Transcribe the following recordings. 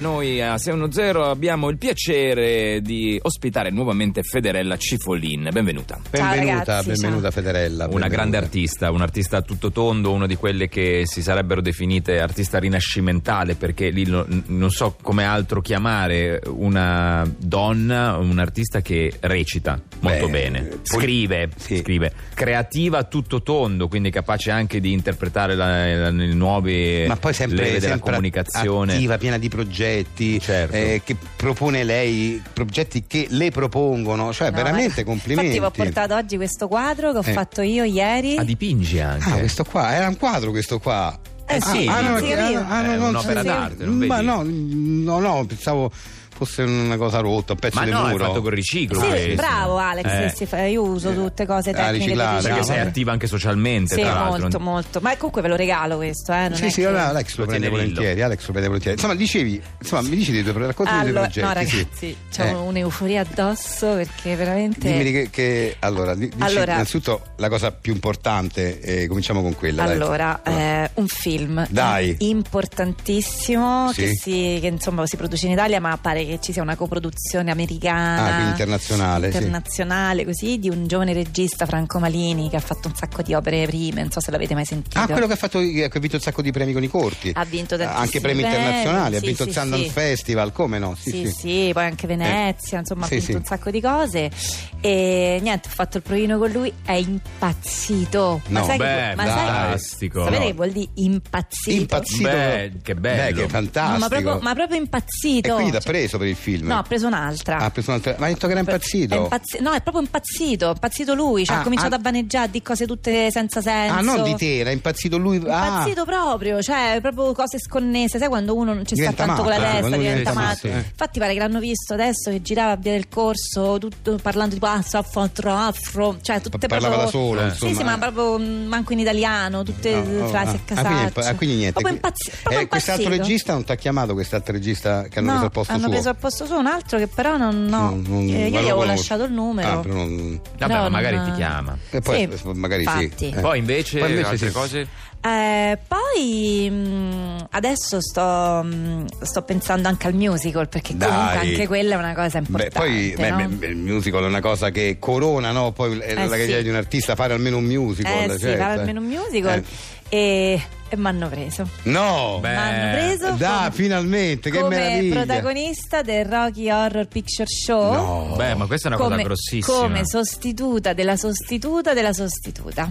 Noi a 610 abbiamo il piacere di ospitare nuovamente Federella Cifolin. Benvenuta. Ciao Benvenuta, ragazzi, benvenuta Federella. Una benvenuta. grande artista, un artista tutto tondo, una di quelle che si sarebbero definite artista rinascimentale, perché lì no- non so come altro chiamare una donna, un artista che recita molto Beh, bene, poi- scrive, sì. scrive, creativa tutto tondo, quindi capace anche di interpretare la- la- le nuove Ma poi sempre, leve della sempre comunicazione. attiva, piena di progetti Certo. eh, che propone lei, progetti che le propongono, cioè No, veramente eh. complimenti. Infatti, vi ho portato oggi questo quadro che ho Eh. fatto io ieri. Ah, dipinge anche. Ah, questo qua era un quadro questo qua. Eh sì, ah, no, sì, ah, sì. no, ah, no, È non un'opera sì. d'arte, non Ma vedi? no, no, no, pensavo fosse una cosa rotta, un pezzo Ma di no, è muro. fatto con riciclo. Sì, questo. bravo Alex, Eh, sì, sì, fa- io uso Eh. tutte cose Ah, tecniche di riciclare, Perché bravo. sei attiva anche socialmente, Sì, tra l'altro. molto, molto. Ma comunque ve lo regalo questo, eh? non Sì, è sì, che- allora Alex lo, Lo prende tiene Lillo. volentieri, Alex lo prende volentieri. Insomma, dicevi, insomma, mi dici dei tuoi racconti dei tuoi Allora, progetti. no, sì. ragazzi, c'ho Eh. un'euforia addosso perché veramente. Dimmi che, che- allora, di- dici Allora- innanzitutto la cosa più importante, eh, cominciamo con quella. dai. Allora, eh, un film Ah. Dai. importantissimo Sì. che, si, che, insomma si produce in Italia, ma pare che ci sia una coproduzione Ah, quindi americana, internazionale. sì. internazionale, così, di un giovane regista Franco Malini che ha fatto un sacco di opere prime, non so se l'avete mai sentito. Ah, quello che ha fatto, che ha vinto un sacco di premi con i corti. Eh, ha vinto tantissimi Anche premi internazionali, ha sì, vinto sì, il Sundance sì. Festival, come no? Sì, sì, poi anche Venezia, Eh. insomma, ha Sì, vinto sì. un sacco di cose. E niente, ho fatto il provino con lui, è impazzito. No, sai che beh, vuol- dai. fantastico. Sapete No. che vuol dire impazzito? Impazzito. Beh, che bello. Beh, che No, fantastico. ma, proprio, ma proprio E impazzito. quindi ti ha Cioè- preso per il film? No, ha preso un'altra. Ah, ha preso un'altra. Ma ha detto che era impazzito. È impazzi- no, è proprio impazzito, è impazzito lui, cioè, Ah, ha cominciato ah- a vaneggiare di cose tutte senza senso. Ah, non di te, era impazzito lui. Impazzito ah. proprio, cioè proprio cose sconnesse, sai quando uno non ci Diventa sta tanto con la matto, eh, testa, quando uno diventa diventa matto. matto, eh. Infatti pare che l'hanno visto adesso che girava a Via del Corso, tutto parlando di passo, afro, afro, cioè tutte Parlava proprio da solo, Eh. insomma. sì, sì, ma proprio mh, manco in italiano, tutte No, eh, oh, frasi a ah, ah, quindi, impa- casaccio. ah, quindi niente. Proprio impazzi- proprio Eh, quest'altro impazzito. regista non ti ha chiamato, quest'altro regista che hanno No, preso al posto hanno suo. preso al posto suo un altro che però non, no. Non- non- Eh, ma io gli lo avevo conosco. lasciato il numero. Ah, però non- Vabbè, No, ma magari non- ti chiama. E poi Sì, eh, magari infatti. sì. Eh. Poi invece, Poi invece altre sì. cose? Eh, poi mh, adesso sto, mh, sto pensando anche al musical perché Dai. comunque anche quella è una cosa importante. Beh, poi beh, no? beh, beh, il musical è una cosa che corona, no? Poi è la Eh, sì. carriera di un artista fare almeno un musical. eh sì, certo, fare eh. almeno un musical e, e mi hanno preso. Eh. No! Beh, Mi hanno preso dai, come- finalmente, che come meraviglia. protagonista del Rocky Horror Picture Show. No. Beh, ma questa è una cosa grossissima. come sostituta della sostituta della sostituta.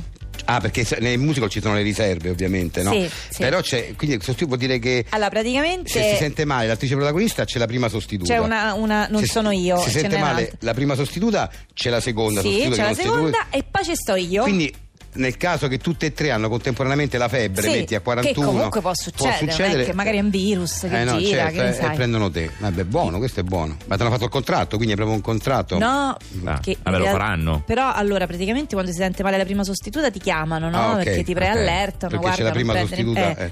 Ah, perché se- nel musical ci sono le riserve, ovviamente, no? Sì, sì. Però c'è. Quindi questo tipo vuol dire che Allora, praticamente se si sente male l'attrice protagonista c'è la prima sostituta. C'è una- una- non Se- sono io, Se ce sente n'è male un'altra. la prima sostituta, c'è la seconda sì, c'è sostituta. che la non sei tu. seconda e poi ci sto io. Quindi nel caso che tutte e tre hanno contemporaneamente la febbre, Sì, metti a 41. che comunque può succedere, non è che magari è un virus che Eh no, gira, certo, che ne eh, sai. E prendono te. Vabbè, buono, questo è buono. Ma te l'hanno fatto il contratto, quindi è proprio un contratto. No, Ah, perché in vabbè, lo realtà- faranno. Però allora praticamente quando si sente male la prima sostituta ti chiamano, no? Ah, ok, Perché ti preallertano, ok. Perché guarda, c'è la prima non prendere- sostituta, eh. eh.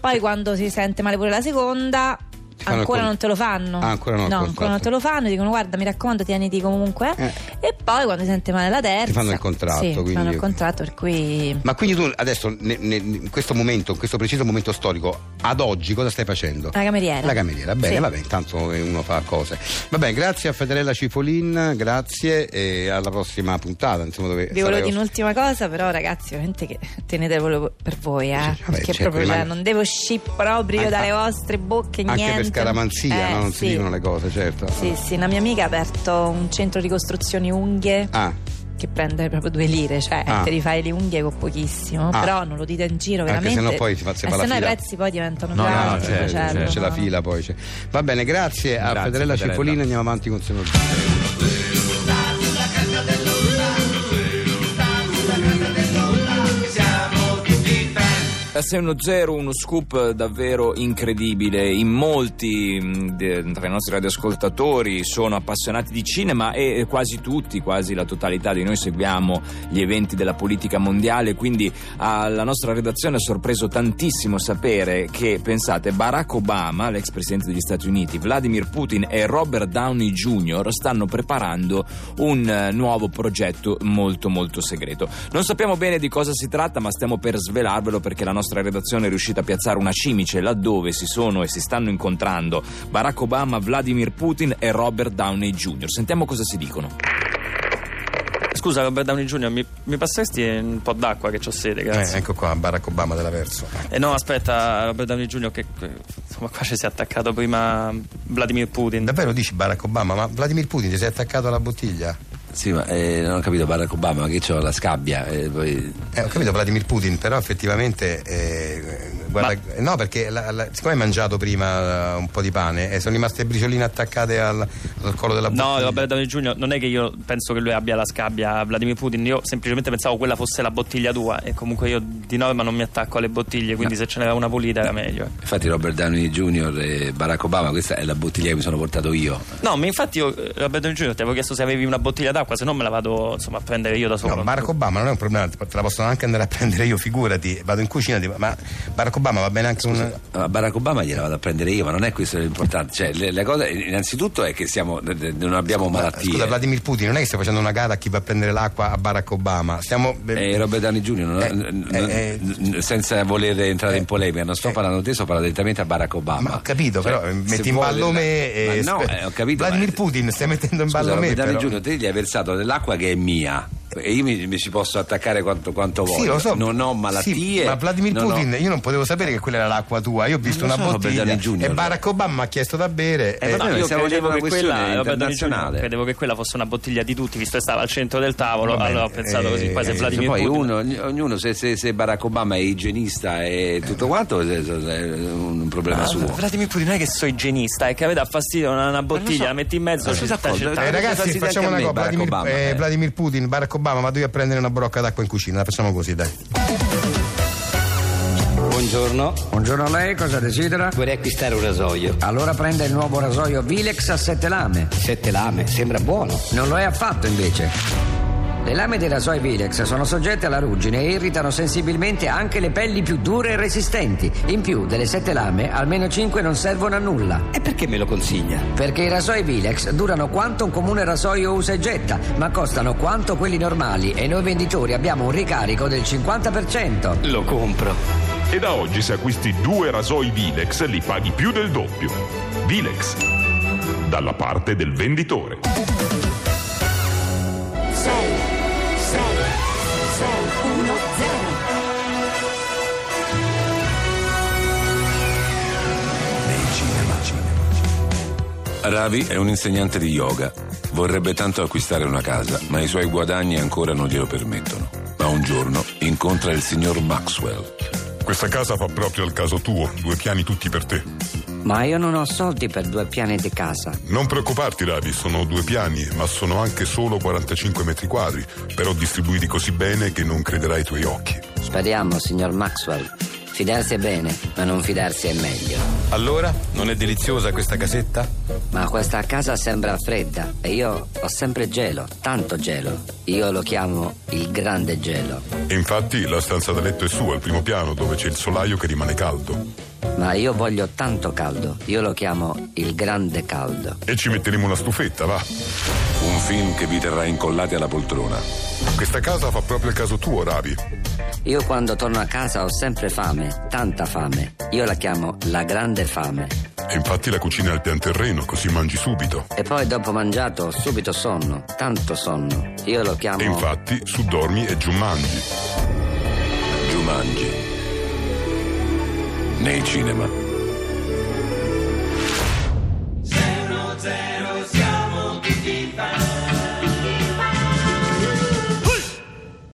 Poi quando si sente male pure la seconda Ti fanno il Ancora con- non te lo fanno, Ah, ancora no, il no, contratto. ancora non te lo fanno. Dicono: Guarda, mi raccomando, tieniti comunque. Eh. E poi quando si sente male la terza, fanno il contratto, Sì, ti quindi- fanno il contratto, per cui Ma quindi tu adesso, ne- ne- in questo momento, in questo preciso momento storico, ad oggi cosa stai facendo? la cameriera. La cameriera, bene, Sì. vabbè, intanto eh, uno fa cose. Vabbè, grazie a Federella Cifolin, grazie e alla prossima puntata. Insomma, dove Vi volevo sarai dire ospite. un'ultima cosa, però, ragazzi, veramente che tenetevelo per voi, eh. Sì, vabbè, perché certo, proprio cioè, rimane- non devo uscire proprio Anche- dalle vostre bocche Anche niente. per scaramanzia, Eh, no? non si sì. dicono le cose, certo. Sì, sì, una mia amica ha aperto un centro di costruzioni unghie. Ah, Che prende proprio due lire, cioè Ah. te rifai le unghie con pochissimo. Ah. Però non lo dite in giro, Anche veramente. sennò poi si fa- si Eh, fa la sennò fila. i prezzi poi diventano No, più no, alti. certo, certo, certo. c'è no, la no. fila poi. c'è. Va bene, grazie, a Grazie, Federella Eh, Federella. Cifolin, andiamo avanti con Simone. La 610 uno scoop davvero incredibile. In molti mh, de- tra i nostri radioascoltatori sono appassionati di cinema e eh, quasi tutti, quasi la totalità di noi seguiamo gli eventi della politica mondiale, quindi alla nostra redazione ha sorpreso tantissimo sapere che, pensate, Barack Obama, l'ex presidente degli Stati Uniti, Vladimir Putin e Robert Downey Jr. stanno preparando un eh, nuovo progetto molto molto segreto. Non sappiamo bene di cosa si tratta, ma stiamo per svelarvelo perché la nostra redazione è riuscita a piazzare una cimice laddove si sono e si stanno incontrando Barack Obama, Vladimir Putin e Robert Downey Jr. Sentiamo cosa si dicono. Scusa, Robert Downey Jr., mi, mi passeresti un po' d'acqua che ho sede, grazie. Eh, ecco qua Barack Obama della Verso. Eh no, aspetta, Robert Downey Jr., che che- insomma qua ci si è attaccato prima Vladimir Putin. Davvero dici Barack Obama, ma Vladimir Putin ti sei attaccato alla bottiglia? Sì, ma eh, non ho capito Barack Obama, ma che c'ho la scabbia? eh, poi- Eh, ho capito Vladimir Putin, però effettivamente eh, guarda, eh, no, perché la- la- siccome hai mangiato prima eh, un po' di pane, eh, sono rimaste bricioline attaccate al, al collo della bottiglia. No, Robert Downey Jr., non è che io penso che lui abbia la scabbia a Vladimir Putin, io semplicemente pensavo quella fosse la bottiglia tua e comunque io di norma non mi attacco alle bottiglie, Eh. quindi se ce n'era una pulita era meglio. eh. Infatti Robert Downey Jr. e Barack Obama, questa è la bottiglia che mi sono portato io. No, ma infatti io, eh, Robert Downey Jr., ti avevo chiesto se avevi una bottiglia d'acqua, se no me la vado insomma a prendere io da solo. No, Barack Obama non è un problema, te la possono anche andare a prendere io, figurati, vado in cucina, dico, ma Barack Obama va bene anche un... Ma Barack Obama gliela vado a prendere io, ma non è questo l'importante. Cioè, le- la cosa, innanzitutto è che siamo, non abbiamo malattie. Scusa, Vladimir Putin, non è che stai facendo una gara a chi va a prendere l'acqua a Barack Obama, stiamo... Eh, Robert Downey Jr., non- Eh, non- eh, non- senza voler entrare in polemica, non sto parlando di te, sto parlando direttamente a Barack Obama. Ma ho capito, Cioè, però eh, se metti in vuole ballo la- me Ma e no, spe- eh, ho capito. Vladimir ma- Putin stai mettendo in Scusa, ballo me. Robert Downey Però. Jr., te gli hai versato dell'acqua che è mia e io mi, mi ci posso attaccare quanto, quanto voglio. Sì, lo so. Non ho malattie. Sì, ma Vladimir non ho- Eh, Putin, io non potevo sapere che quella era l'acqua tua. Io ho visto Non una lo so, Robert bottiglia Downey Jr. e Barack Obama mi ha chiesto da bere. Eh, e- vabbè, No, ma io stiamo credevo facendo che una quella questione Robert Downey Jr., internazionale. credevo che quella fosse una bottiglia di tutti, visto che stava al centro del tavolo, Va bene, allora ho pensato eh, così, poi se eh, Se Vladimir Cioè, poi Putin... uno, ogni- ognuno, se, se- se Barack Obama è igienista e tutto quanto, è, è un un problema Ah, suo. Vladimir Putin non è che sono igienista, è che avete fastidio una, una bottiglia, la metti in mezzo, Ma ci scusa, sta cosa- accettando. Eh, ragazzi, Anche facciamo a una me, cosa. Barack Vladimir, Obama, eh, eh. Vladimir Putin, Barack Obama, vado io a prendere una brocca d'acqua in cucina. La facciamo così, dai. Buongiorno. Buongiorno a lei, cosa desidera? Vorrei acquistare un rasoio. Allora prenda il nuovo rasoio Vilex a sette lame. Sette lame, sembra buono. Non lo è affatto invece. Le lame dei rasoi Vilex sono soggette alla ruggine e irritano sensibilmente anche le pelli più dure e resistenti. In più, delle sette lame, almeno cinque non servono a nulla. E perché me lo consiglia? Perché i rasoi Vilex durano quanto un comune rasoio usa e getta, ma costano quanto quelli normali e noi venditori abbiamo un ricarico del 50%. Lo compro. E da oggi se acquisti due rasoi Vilex li paghi più del doppio. Vilex, dalla parte del venditore. Ravi è un insegnante di yoga. Vorrebbe tanto acquistare una casa, ma i suoi guadagni ancora non glielo permettono. Ma un giorno incontra il signor Maxwell. Questa casa fa proprio al caso tuo, due piani tutti per te. Ma io non ho soldi per due piani di casa. Non preoccuparti Ravi, sono due piani, ma sono anche solo 45 metri quadri, però distribuiti così bene che non crederai ai tuoi occhi. Speriamo, signor Maxwell. Fidarsi è bene, ma non fidarsi è meglio. Allora, non è deliziosa questa casetta? Ma questa casa sembra fredda e io ho sempre gelo, tanto gelo. Io lo chiamo il grande gelo. E infatti la stanza da letto è sua, al primo piano, dove c'è il solaio che rimane caldo. Ma io voglio tanto caldo, io lo chiamo il grande caldo. E ci metteremo una stufetta, va. Un film che vi terrà incollati alla poltrona. Questa casa fa proprio al caso tuo, Ravi. Io quando torno a casa ho sempre fame, tanta fame. Io la chiamo la grande fame. E infatti la cucina è al pian terreno, così mangi subito. E poi dopo mangiato ho subito sonno, tanto sonno. Io lo chiamo... E infatti su dormi e giù mangi. Giumangi. Nei cinema.